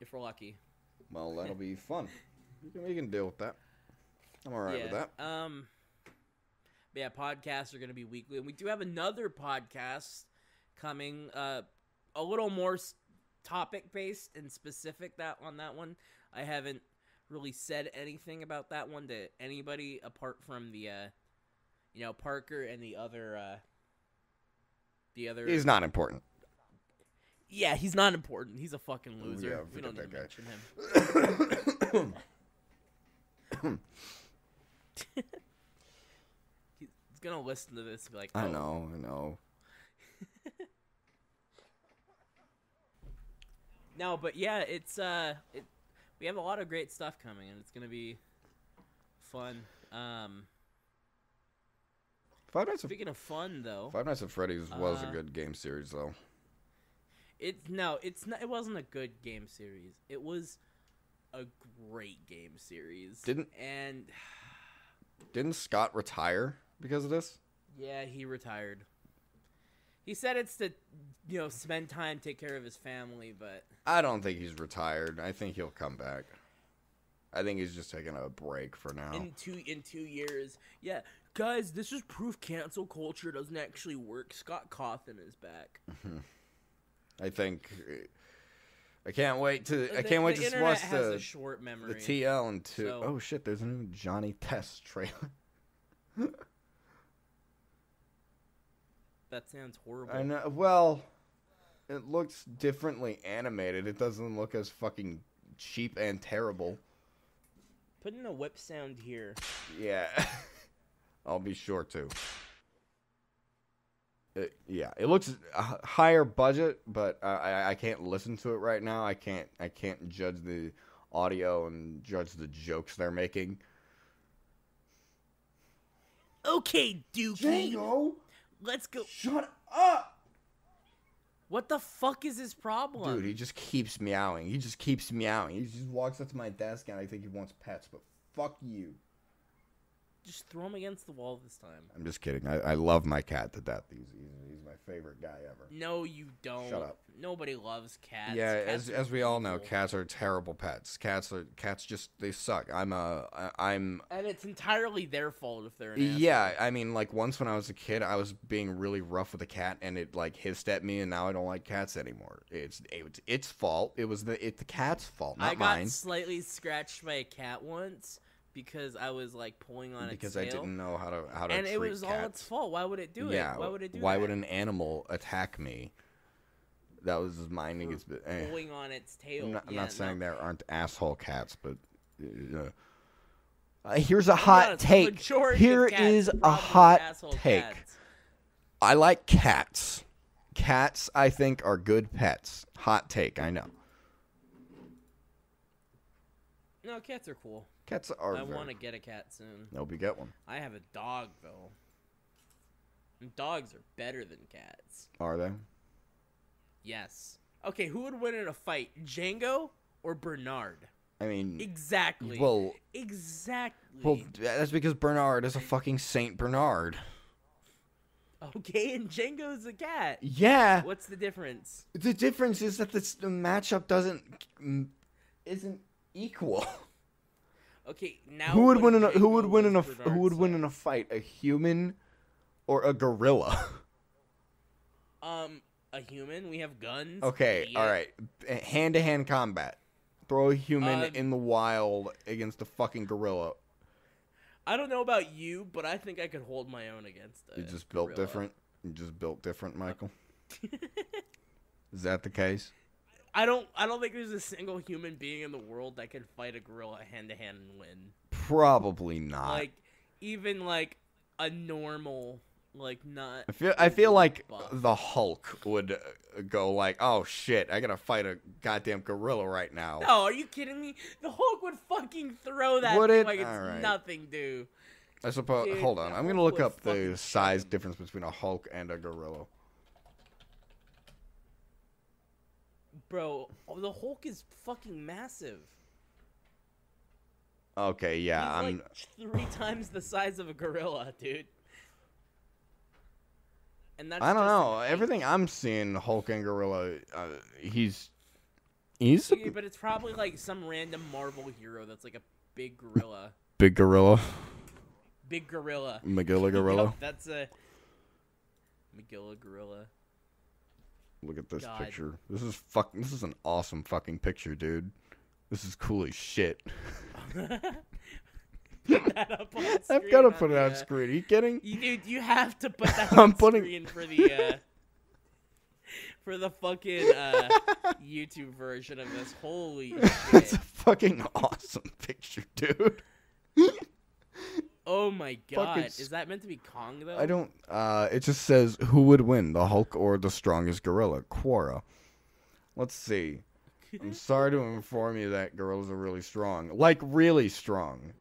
Speaker 1: if we're lucky
Speaker 2: Well, that'll be fun. We can, we can deal with that. I'm all right
Speaker 1: yeah
Speaker 2: with that.
Speaker 1: um but yeah podcasts are gonna be weekly and we do have another podcast coming uh a little more s- topic based and specific that on that one i haven't really said anything about that one to anybody apart from the uh you know parker and the other uh the other
Speaker 2: He's not important.
Speaker 1: yeah he's not important he's a fucking loser
Speaker 2: Yeah,
Speaker 1: we
Speaker 2: forget
Speaker 1: don't need
Speaker 2: that
Speaker 1: to
Speaker 2: guy.
Speaker 1: mention him he's gonna listen to this and be like
Speaker 2: I
Speaker 1: "Oh,
Speaker 2: know. I know.
Speaker 1: No, but yeah, it's uh, it, we have a lot of great stuff coming, and it's gonna be fun. Um,
Speaker 2: Five Nights at
Speaker 1: speaking of fun, though,
Speaker 2: Five Nights at Freddy's was a
Speaker 1: Uh,
Speaker 2: good game series, though.
Speaker 1: it's no, it's not. It wasn't a good game series. It was a great game series.
Speaker 2: Didn't-
Speaker 1: and
Speaker 2: Didn't Scott retire because of this?
Speaker 1: yeah, he retired. He said it's to you know spend time, take care of his family, but
Speaker 2: I don't think he's retired. I think he'll come back. I think he's just taking a break for now.
Speaker 1: in two in two years, yeah, guys, this is proof cancel culture doesn't actually work. Scott Cawthon is back.
Speaker 2: I think I can't wait to I
Speaker 1: The-
Speaker 2: can't wait
Speaker 1: the
Speaker 2: to
Speaker 1: internet
Speaker 2: watch
Speaker 1: has a
Speaker 2: the
Speaker 1: short memory.
Speaker 2: the TL and two
Speaker 1: So-
Speaker 2: oh shit, there's a new Johnny Test trailer.
Speaker 1: That sounds horrible.
Speaker 2: I know. Well, it looks differently animated. It doesn't look as fucking cheap and terrible.
Speaker 1: Put in a whip sound here.
Speaker 2: Yeah. I'll be sure to. It, yeah, it looks a h- higher budget, but I, I I can't listen to it right now. I can't I can't judge the audio and judge the jokes they're making.
Speaker 1: Okay, Dookie, let's go.
Speaker 2: shut up,
Speaker 1: What the fuck is his problem?
Speaker 2: dude! He just keeps meowing. He just keeps meowing. He just walks up to my desk and I think he wants pets, but fuck you.
Speaker 1: just throw him against the wall this time.
Speaker 3: I'm just kidding. I, I love my cat to death. He's, he's, he's my favorite guy ever.
Speaker 1: No, you don't.
Speaker 3: Shut up.
Speaker 1: Nobody loves cats.
Speaker 2: yeah,
Speaker 1: Cats
Speaker 2: as
Speaker 1: are
Speaker 2: as we all know,
Speaker 1: evil.
Speaker 2: cats are terrible pets. Cats are cats just they suck. I'm a I- I'm
Speaker 1: And it's entirely their fault if they're an asshole.
Speaker 2: yeah. I mean, like once when I was a kid, I was being really rough with a cat, and it like hissed at me, and now I don't like cats anymore. It's it's its fault. It was the it's the cat's fault, not
Speaker 1: I got
Speaker 2: mine,
Speaker 1: slightly scratched by a cat once because I was like pulling on its
Speaker 2: because I
Speaker 1: tail.
Speaker 2: didn't know how to how to
Speaker 1: and
Speaker 2: treat
Speaker 1: it was all its
Speaker 2: cats.
Speaker 1: fault. Why would it do
Speaker 2: yeah,
Speaker 1: it? Why would it do
Speaker 2: Why
Speaker 1: that?
Speaker 2: would an animal attack me? That was minding its. eh.
Speaker 1: pulling on its tail?
Speaker 2: I'm not, I'm
Speaker 1: Yeah,
Speaker 2: not saying
Speaker 1: no.
Speaker 2: there aren't asshole cats, but uh, uh, here's a
Speaker 1: Yeah,
Speaker 2: hot
Speaker 1: it's the
Speaker 2: take.
Speaker 1: majority of
Speaker 2: Here
Speaker 1: cats
Speaker 2: is a
Speaker 1: probably
Speaker 2: hot
Speaker 1: asshole
Speaker 2: take.
Speaker 1: cats.
Speaker 2: I like cats. Cats, I think, are good pets. Hot take, I know.
Speaker 1: No, cats are cool.
Speaker 2: Cats are.
Speaker 1: I
Speaker 2: very-
Speaker 1: want to get a cat soon.
Speaker 2: Nope, you get one.
Speaker 1: I have a dog though. And dogs are better than cats.
Speaker 2: Are they?
Speaker 1: Yes. Okay, who would win in a fight, Django or Bernard?
Speaker 2: I mean,
Speaker 1: Exactly.
Speaker 2: well,
Speaker 1: exactly.
Speaker 2: well, that's because Bernard is a fucking Saint Bernard.
Speaker 1: okay, and Django's a cat.
Speaker 2: Yeah.
Speaker 1: What's the difference?
Speaker 2: The difference is that this, the matchup doesn't mm, isn't equal.
Speaker 1: Okay, now
Speaker 2: Who would
Speaker 1: what
Speaker 2: win in
Speaker 1: if
Speaker 2: a who would
Speaker 1: Django
Speaker 2: win in a
Speaker 1: was
Speaker 2: who
Speaker 1: Bernard's
Speaker 2: would win
Speaker 1: son?
Speaker 2: in a fight, a human or a gorilla?
Speaker 1: um a human? We have guns.
Speaker 2: Okay,
Speaker 1: idiot.
Speaker 2: all right. Hand to hand combat. Throw a human
Speaker 1: Um, uh,
Speaker 2: in the wild against a fucking gorilla.
Speaker 1: I don't know about you, but I think I could hold my own against it.
Speaker 2: You just built different. You just built different, Michael. Is that the case?
Speaker 1: I don't. I don't think there's a single human being in the world that can fight a gorilla hand to hand and win.
Speaker 2: Probably not.
Speaker 1: like even like a normal, like not.
Speaker 2: I feel I feel like
Speaker 1: Buff.
Speaker 2: the Hulk would uh, go like, "Oh shit, I got to fight a goddamn gorilla right now."
Speaker 1: No, are you kidding me? The Hulk would fucking throw that
Speaker 2: Would
Speaker 1: thing
Speaker 2: it?
Speaker 1: like it's
Speaker 2: Alright.
Speaker 1: nothing, dude.
Speaker 2: I suppose
Speaker 1: Dude,
Speaker 2: Hold on.
Speaker 1: the
Speaker 2: I'm going to
Speaker 1: Hulk
Speaker 2: look
Speaker 1: would
Speaker 2: up the
Speaker 1: fucking
Speaker 2: size
Speaker 1: shoot him.
Speaker 2: difference between a Hulk and a gorilla.
Speaker 1: Bro, oh, the Hulk is fucking massive.
Speaker 2: Okay, yeah,
Speaker 1: He's
Speaker 2: I'm
Speaker 1: like three times the size of a gorilla, dude. And that's
Speaker 2: I don't
Speaker 1: just an
Speaker 2: know.
Speaker 1: eight.
Speaker 2: Everything I'm seeing, Hulk and Gorilla, uh, he's he's a
Speaker 1: Okay, but it's probably like some random Marvel hero that's like a big gorilla.
Speaker 2: big gorilla,
Speaker 1: Big gorilla.
Speaker 2: McGilla
Speaker 1: Yup,
Speaker 2: gorilla.
Speaker 1: that's a McGilla gorilla.
Speaker 2: Look at this
Speaker 1: God.
Speaker 2: picture. This is fuck. This is an awesome fucking picture, dude. This is cool as shit.
Speaker 1: put that up on
Speaker 2: I've
Speaker 1: screen
Speaker 2: got to put it
Speaker 1: the,
Speaker 2: on
Speaker 1: uh,
Speaker 2: screen. Are you kidding?
Speaker 1: You, dude, you have to put that
Speaker 2: I'm
Speaker 1: on
Speaker 2: putting-
Speaker 1: screen for the uh, for the fucking uh, YouTube version of this. Holy
Speaker 2: It's
Speaker 1: shit!
Speaker 2: a fucking awesome picture, dude.
Speaker 1: Oh my god,
Speaker 2: s-
Speaker 1: is that meant to be Kong though?
Speaker 2: I don't. Uh, it just says who would win, the Hulk or the strongest gorilla, Quora. Let's see. I'm sorry to inform you that gorillas are really strong, like really strong.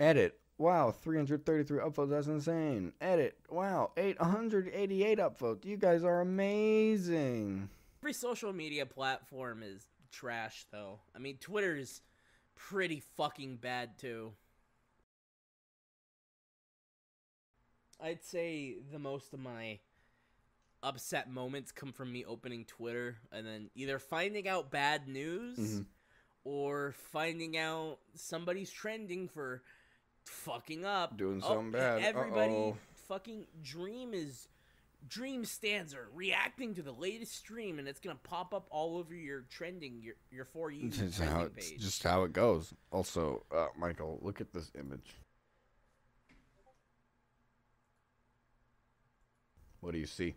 Speaker 2: Edit. Wow, 333 upvotes. That's insane. Edit. Wow, 888 upvotes. You guys are amazing.
Speaker 1: Every social media platform is trash though. I mean, Twitter's pretty fucking bad too. I'd say the most of my upset moments come from me opening Twitter and then either finding out bad news
Speaker 2: Mhm.
Speaker 1: or finding out somebody's trending for fucking up.
Speaker 2: Doing
Speaker 1: Oh,
Speaker 2: something bad.
Speaker 1: Everybody
Speaker 2: Uh-oh.
Speaker 1: fucking dream is dream stands are reacting to the latest stream and it's gonna pop up all over your trending your your for you
Speaker 2: It's just how
Speaker 1: trending
Speaker 2: it's
Speaker 1: page.
Speaker 2: just how it goes. Also, uh, Michael, look at this image. What do you see?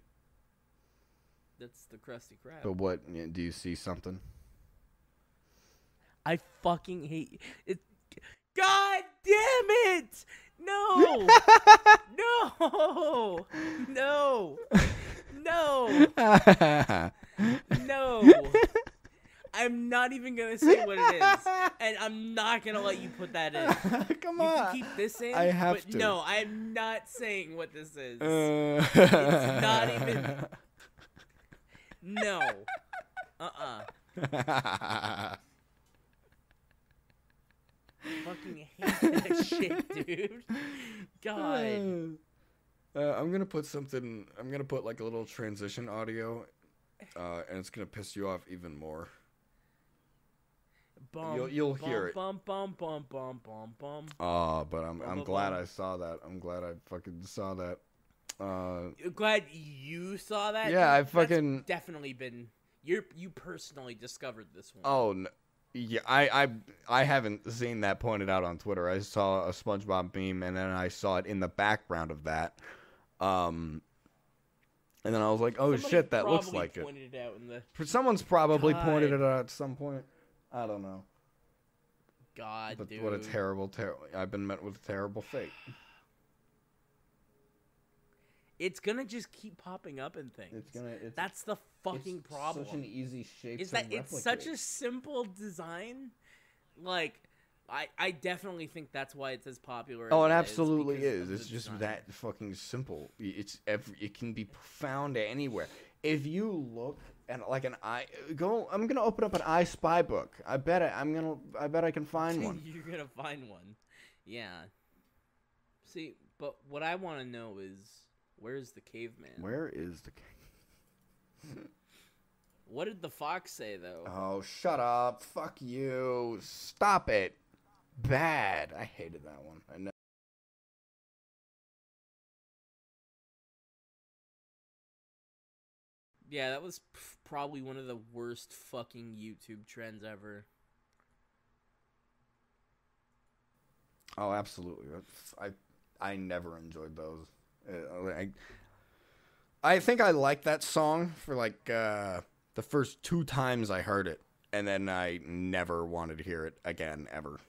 Speaker 1: That's the crusty crab.
Speaker 2: But what do you see? Something?
Speaker 1: I fucking hate it. God damn it! No, no, no, no, no. I'm not even gonna say what it is, and I'm not gonna let you put that in.
Speaker 2: Come
Speaker 1: You can
Speaker 2: on.
Speaker 1: keep this in.
Speaker 2: I have
Speaker 1: but
Speaker 2: to.
Speaker 1: No, I'm not saying what this is.
Speaker 2: Uh,
Speaker 1: It's not even- No. Uh-uh. Uh uh
Speaker 2: even.
Speaker 1: fucking hate that shit, dude. God.
Speaker 2: Uh, I'm gonna put something. I'm gonna put like a little transition audio, uh, and it's gonna piss you off even more.
Speaker 1: Bum,
Speaker 2: You'll- you'll
Speaker 1: bum,
Speaker 2: hear it.
Speaker 1: Bum, bum, bum, bum, bum, bum.
Speaker 2: Ah, but I'm
Speaker 1: Blah,
Speaker 2: I'm
Speaker 1: blah,
Speaker 2: glad
Speaker 1: blah.
Speaker 2: I saw that. I'm glad I fucking saw that. Uh,
Speaker 1: You're glad you saw that.
Speaker 2: Yeah, I
Speaker 1: dude. That's
Speaker 2: fucking-
Speaker 1: definitely been. You you personally discovered this one.
Speaker 2: oh, n yeah. I, I I haven't seen that pointed out on Twitter. I saw a SpongeBob meme, and then I saw it in the background of that. Um, and then I was like, oh
Speaker 1: Somebody
Speaker 2: shit, that looks
Speaker 1: probably
Speaker 2: like it.
Speaker 1: pointed it out in the
Speaker 2: Someone's probably pointed
Speaker 1: God.
Speaker 2: it out at some point. I don't know.
Speaker 1: God,
Speaker 2: But
Speaker 1: dude.
Speaker 2: what a terrible, terrible! I've been met with a terrible fate.
Speaker 1: It's gonna just keep popping up in things.
Speaker 2: It's gonna. It's,
Speaker 1: That's the fucking
Speaker 2: it's
Speaker 1: problem.
Speaker 2: Such an easy shape.
Speaker 1: is
Speaker 2: to
Speaker 1: that it's such a
Speaker 2: replicate.
Speaker 1: simple design like I, I definitely think that's why it's as popular.
Speaker 2: Oh,
Speaker 1: as
Speaker 2: it
Speaker 1: is,
Speaker 2: absolutely
Speaker 1: because
Speaker 2: is.
Speaker 1: of
Speaker 2: It's
Speaker 1: the
Speaker 2: just
Speaker 1: design.
Speaker 2: that fucking simple. Y- It's ev It can be found anywhere. If you look and like an eye, go. I'm gonna open up an I Spy book. I bet I, I'm gonna. I bet I can find one.
Speaker 1: You're gonna find one. Yeah. See, but what I want to know is where's the caveman?
Speaker 2: Where is the?
Speaker 1: What did the fox say though?
Speaker 2: Oh, shut up! Fuck you! Stop it! Bad. I hated that one. I know.
Speaker 1: yeah, that was p- probably one of the worst fucking YouTube trends ever.
Speaker 2: Oh, absolutely. That's- I I never enjoyed those. Uh, I I think I liked that song for like uh, the first two times I heard it, and then I never wanted to hear it again ever.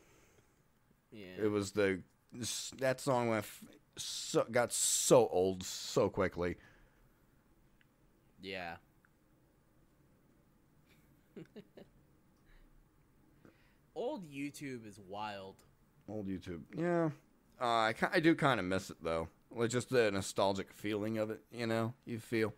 Speaker 2: It
Speaker 1: Yeah.
Speaker 2: was the that song went f- so, got so old so quickly.
Speaker 1: Yeah. Old YouTube is wild.
Speaker 2: Old YouTube. Yeah, uh, I ki- I do kind of miss it though. Like just the nostalgic feeling of it, you know. You feel.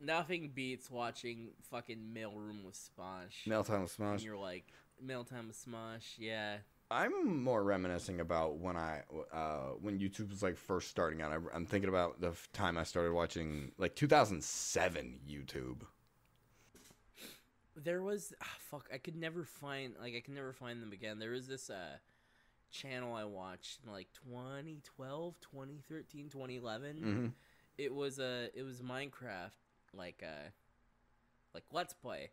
Speaker 1: Nothing beats watching fucking Mailroom with Smosh.
Speaker 2: Meltdown with
Speaker 1: And
Speaker 2: Smash.
Speaker 1: you're like, Mailtime with Smosh, yeah.
Speaker 2: I'm more reminiscing about when I uh, when YouTube was like first starting out. I, I'm thinking about the f- time I started watching like 2007 YouTube.
Speaker 1: There was, ah, fuck, I could never find, like, I can never find them again. There was this, uh, channel I watched in, like, 2012, 2013, 2011.
Speaker 2: hmm
Speaker 1: it was a it was Minecraft like uh like let's play,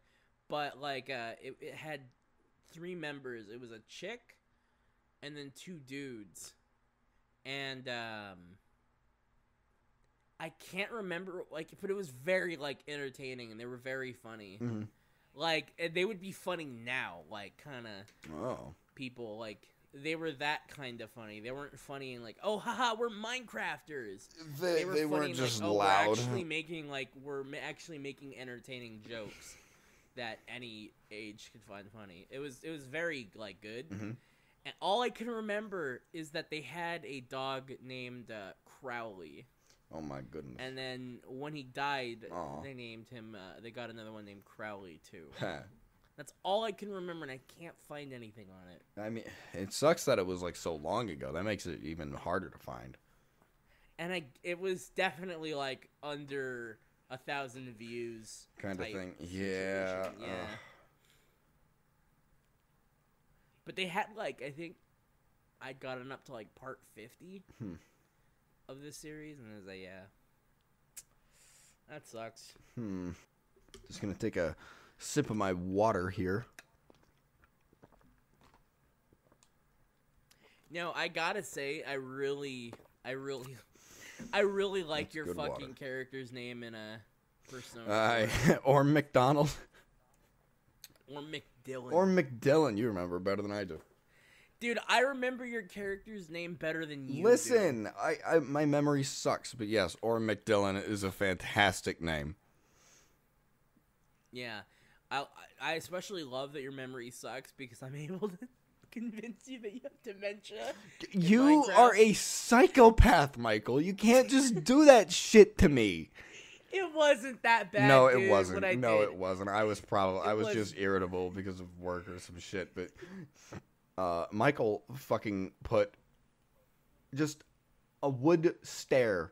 Speaker 1: but like uh it, it had three members. It was a chick, and then two dudes, and um I can't remember like but it was very like entertaining and they were very funny.
Speaker 2: Mhm.
Speaker 1: Like and they would be funny now, like kind of
Speaker 2: Oh,
Speaker 1: people like. They were that kind of funny. They weren't funny and like, oh, haha, we're Minecrafters they
Speaker 2: they,
Speaker 1: were, funny
Speaker 2: weren't
Speaker 1: and
Speaker 2: just
Speaker 1: like, oh,
Speaker 2: loud.
Speaker 1: We're actually making like we're ma- actually making entertaining jokes that any age could find funny. It was it was very like good,
Speaker 2: Mhm.
Speaker 1: and all I can remember is that they had a dog named uh, Crowley,
Speaker 2: Oh my goodness.
Speaker 1: and then when he died,
Speaker 2: Aw.
Speaker 1: they named him. Uh, they got another one named Crowley too.
Speaker 2: Huh.
Speaker 1: That's all I can remember, and I can't find anything on it.
Speaker 2: I mean, it sucks that it was like so long ago. That makes it even harder to find.
Speaker 1: And I it was definitely like under a thousand views
Speaker 2: Kind of
Speaker 1: type
Speaker 2: thing.
Speaker 1: situation,
Speaker 2: Yeah. uh,
Speaker 1: yeah.
Speaker 2: ugh.
Speaker 1: But they had like I think I'd gotten up to like part fifty
Speaker 2: Hmm.
Speaker 1: of this series, and I was like, yeah, that sucks.
Speaker 2: Hmm. Just gonna take a sip of my water here.
Speaker 1: No, I gotta say, I really, I really, I really like
Speaker 2: That's
Speaker 1: your
Speaker 2: good
Speaker 1: fucking
Speaker 2: water.
Speaker 1: character's name in a Persona
Speaker 2: Uh, or McDonald.
Speaker 1: four, or McDillon.
Speaker 2: Or McDillon. You remember better than I do.
Speaker 1: Dude, I remember your character's name better than you. do.
Speaker 2: Listen, I, I my memory sucks, but yes, Orm McDillon is a fantastic name.
Speaker 1: Yeah. I I especially love that your memory sucks because I'm able to convince you that you have dementia. in
Speaker 2: You
Speaker 1: Minecraft.
Speaker 2: are a psychopath, Michael. You can't just do that shit to me.
Speaker 1: It wasn't that bad.
Speaker 2: no,
Speaker 1: dude,
Speaker 2: it wasn't.
Speaker 1: What I
Speaker 2: No,
Speaker 1: did.
Speaker 2: it wasn't. I was probably I was
Speaker 1: was-
Speaker 2: just irritable because of work or some shit, but uh, Michael fucking put just a wood stare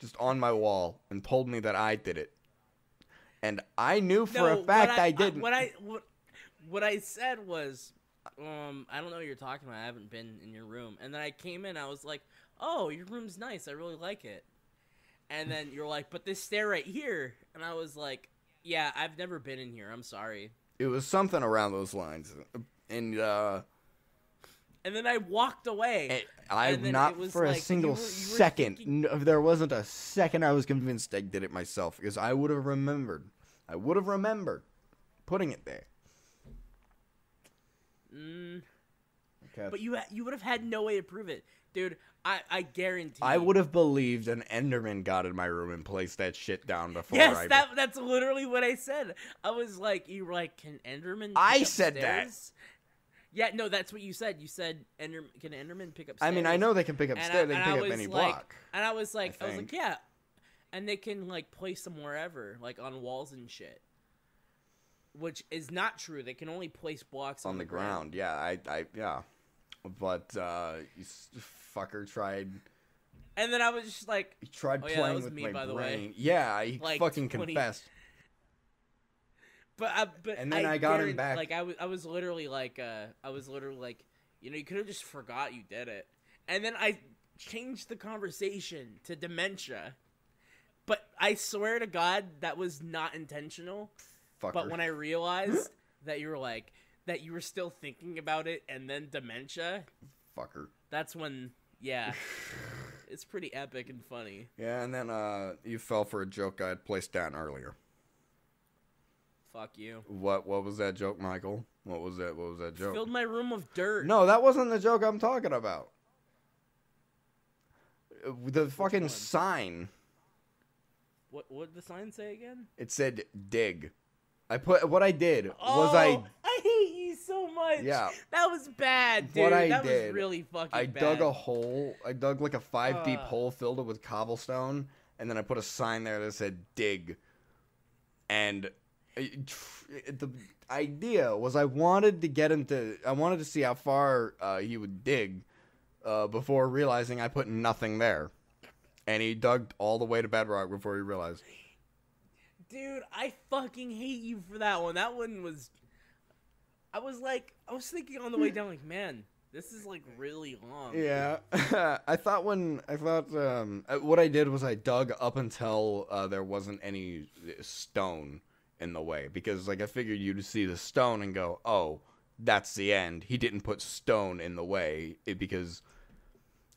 Speaker 2: just on my wall and told me that I did it. And I knew for
Speaker 1: No,
Speaker 2: a fact
Speaker 1: what
Speaker 2: I, didn't.
Speaker 1: What I what, what I said was, um, I don't know what you're talking about. I haven't been in your room. And then I came in. I was like, oh, your room's nice. I really like it. And then you're like, but this stair right here. And I was like, yeah, I've never been in here. I'm sorry.
Speaker 2: it was something around those lines. And uh,
Speaker 1: And then I walked away.
Speaker 2: it- I
Speaker 1: And then
Speaker 2: not
Speaker 1: it was
Speaker 2: for
Speaker 1: like,
Speaker 2: a
Speaker 1: you
Speaker 2: single
Speaker 1: were- you were
Speaker 2: second.
Speaker 1: thinking-
Speaker 2: n- there wasn't a second I was convinced I did it myself because I would have remembered. I would have remembered putting it there.
Speaker 1: Mm,
Speaker 2: Okay.
Speaker 1: but you ha- you would have had no way to prove it, dude. I I guarantee.
Speaker 2: I
Speaker 1: you.
Speaker 2: would have believed an Enderman got in my room and placed that shit down before
Speaker 1: Yes,
Speaker 2: I.
Speaker 1: that that's literally what I said. I was like, you were like, can Enderman? Pick
Speaker 2: I said that.
Speaker 1: upstairs? Yeah, no, that's what you said. You said, Ender, can Enderman pick up?
Speaker 2: I mean, I know they can pick up
Speaker 1: And I-
Speaker 2: stairs. They
Speaker 1: and
Speaker 2: can
Speaker 1: I
Speaker 2: pick up
Speaker 1: was
Speaker 2: any
Speaker 1: like-
Speaker 2: block.
Speaker 1: And I was like, I, was
Speaker 2: think.
Speaker 1: like, yeah, and they can like place them wherever, like on walls and shit. Which is not true. They can only place blocks on,
Speaker 2: on the ground. Yeah, I, I, yeah. But uh, you s- fucker tried.
Speaker 1: And then I was just like,
Speaker 2: He tried
Speaker 1: Oh, yeah, that
Speaker 2: playing
Speaker 1: was
Speaker 2: with
Speaker 1: me,
Speaker 2: my
Speaker 1: by the way.
Speaker 2: brain. Yeah, he
Speaker 1: Like,
Speaker 2: fucking
Speaker 1: 20
Speaker 2: confessed.
Speaker 1: But I, but
Speaker 2: And then I got him
Speaker 1: guaran-
Speaker 2: back.
Speaker 1: Like I was, I was literally like, uh, I was literally like, you know, you could have just forgot you did it. And then I changed the conversation to dementia. But I swear to God, that was not intentional.
Speaker 2: Fucker.
Speaker 1: But when I realized that you were like that, you were still thinking about it, and then dementia.
Speaker 2: fucker.
Speaker 1: That's when, yeah, it's pretty epic and funny.
Speaker 2: Yeah, and then uh, you fell for a joke I had placed down earlier.
Speaker 1: Fuck you.
Speaker 2: What? What was that joke, Michael? What was that? What was that joke?
Speaker 1: Filled my room with dirt.
Speaker 2: No, that wasn't the joke I'm talking about. Uh, The fucking
Speaker 1: one?
Speaker 2: sign.
Speaker 1: What? What did the sign say again?
Speaker 2: It said dig. I put what I did was I
Speaker 1: Oh, I hate you so much.
Speaker 2: Yeah.
Speaker 1: That was bad, dude.
Speaker 2: What I
Speaker 1: that
Speaker 2: did,
Speaker 1: was really fucking
Speaker 2: I
Speaker 1: bad.
Speaker 2: dug a hole. I dug like a five deep
Speaker 1: Ugh.
Speaker 2: hole filled it with cobblestone, and then I put a sign there that said dig. And uh, it- tr- the idea was I wanted to get him to. I wanted to see how far uh, he would dig uh, before realizing I put nothing there. And he dug all the way to bedrock before he realized.
Speaker 1: Dude, I fucking hate you for that one. That one was I was like I was thinking on the way down like, man, this is like really long.
Speaker 2: Yeah, I thought when I thought um, uh, what I did was I dug up until uh, there wasn't any uh, stone in the way because like I figured you'd see the stone and go, oh, that's the end. He didn't put stone in the way it- because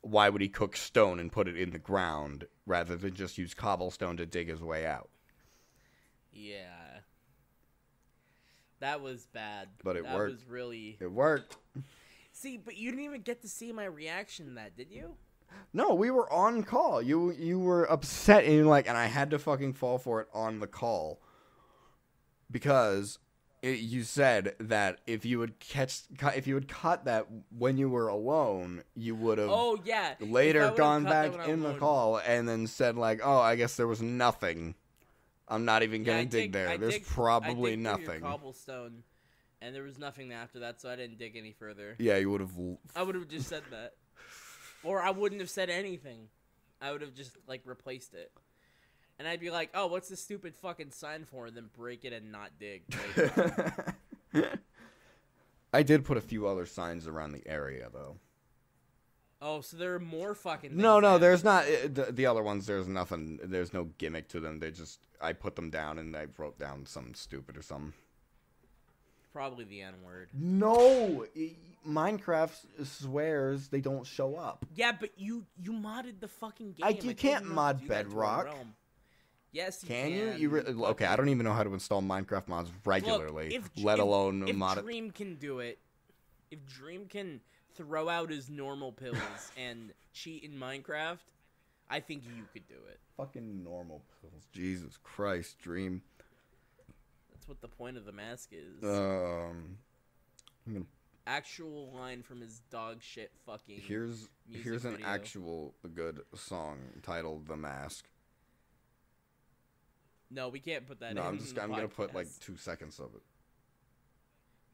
Speaker 2: why would he cook stone and put it in the ground rather than just use cobblestone to dig his way out?
Speaker 1: Yeah. That was bad.
Speaker 2: But it
Speaker 1: that
Speaker 2: worked.
Speaker 1: was really
Speaker 2: It worked.
Speaker 1: See, but you didn't even get to see my reaction to that, did you?
Speaker 2: No, we were on call. You you were upset and you're like, and I had to fucking fall for it on the call because it, you said that if you would catch cu- if you had caught that when you were alone, you would have
Speaker 1: Oh yeah. If I
Speaker 2: later
Speaker 1: would've
Speaker 2: gone
Speaker 1: caught that
Speaker 2: back
Speaker 1: when I
Speaker 2: in the
Speaker 1: alone-
Speaker 2: call and then said like, oh, I guess there was nothing. I'm not even
Speaker 1: Yeah,
Speaker 2: gonna
Speaker 1: I
Speaker 2: dig,
Speaker 1: digged-
Speaker 2: there.
Speaker 1: I
Speaker 2: There's
Speaker 1: digged- I
Speaker 2: probably
Speaker 1: digged through your
Speaker 2: nothing.
Speaker 1: Cobblestone, and there was nothing after that, so I didn't dig any further.
Speaker 2: Yeah, you would have.
Speaker 1: I would have just said that, or I wouldn't have said anything. I would have just like replaced it, and I'd be like, "Oh, what's this stupid fucking sign for?" And then break it and not dig. later.
Speaker 2: I did put a few other signs around the area though.
Speaker 1: oh, so there are more fucking. Things
Speaker 2: No, no,
Speaker 1: now.
Speaker 2: there's not uh, the, the other ones. There's nothing. There's no gimmick to them. They just I put them down and I wrote down something stupid or something.
Speaker 1: probably the N word.
Speaker 2: No, Minecraft swears they don't show up.
Speaker 1: Yeah, but you you modded the fucking game.
Speaker 2: I-
Speaker 1: I
Speaker 2: you
Speaker 1: told
Speaker 2: can't
Speaker 1: not to
Speaker 2: mod
Speaker 1: do that to a
Speaker 2: Bedrock.
Speaker 1: realm. Yes, you
Speaker 2: Can
Speaker 1: can.
Speaker 2: you? You re- okay? I don't even know how to install Minecraft mods regularly,
Speaker 1: if Dr-
Speaker 2: let
Speaker 1: if-
Speaker 2: alone
Speaker 1: if
Speaker 2: mod. it.
Speaker 1: Dream can do it, if Dream can throw out his normal pills and cheat in Minecraft, I think you could do it.
Speaker 2: Fucking normal pills. Jesus Christ, Dream.
Speaker 1: That's what the point of the mask is.
Speaker 2: Um, I'm gonna
Speaker 1: Actual line from his dog shit fucking.
Speaker 2: Here's
Speaker 1: music
Speaker 2: here's an
Speaker 1: video.
Speaker 2: actual good song titled "The Mask."
Speaker 1: No, we can't put that.
Speaker 2: no,
Speaker 1: in
Speaker 2: I'm just
Speaker 1: the
Speaker 2: I'm gonna put like
Speaker 1: podcast.
Speaker 2: two seconds of it.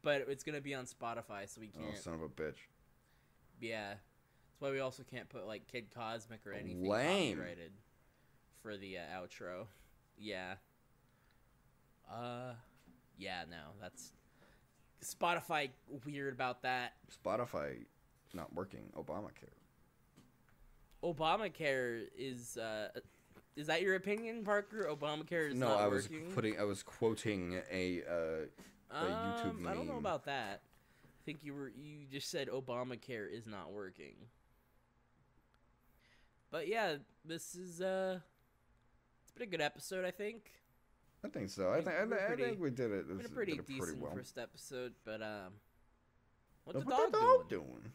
Speaker 1: but it's gonna be on Spotify, so we
Speaker 2: Oh,
Speaker 1: can't.
Speaker 2: son of a bitch.
Speaker 1: Yeah, that's why we also can't put like Kid Cosmic or anything
Speaker 2: Lame.
Speaker 1: copyrighted for the uh, outro. Yeah. Uh, yeah. No, that's Spotify weird about that.
Speaker 2: Spotify not working. Obamacare.
Speaker 1: Obamacare is. Uh, is that your opinion, Parker? Obamacare is
Speaker 2: no,
Speaker 1: not
Speaker 2: I was
Speaker 1: working.
Speaker 2: putting. I was quoting a. Uh, YouTube
Speaker 1: Um, I don't know
Speaker 2: meme.
Speaker 1: about that. I think you were you just said Obamacare is not working. But yeah, this is uh it's been a good episode, I think.
Speaker 2: I think so. I,
Speaker 1: I
Speaker 2: think. I,
Speaker 1: think we're
Speaker 2: thi- I
Speaker 1: pretty-
Speaker 2: think we did it.
Speaker 1: It's
Speaker 2: This
Speaker 1: been a pretty
Speaker 2: did it
Speaker 1: decent
Speaker 2: pretty well.
Speaker 1: first episode, but um what's
Speaker 2: Look
Speaker 1: the dog
Speaker 2: what the
Speaker 1: doing?
Speaker 2: dog doing?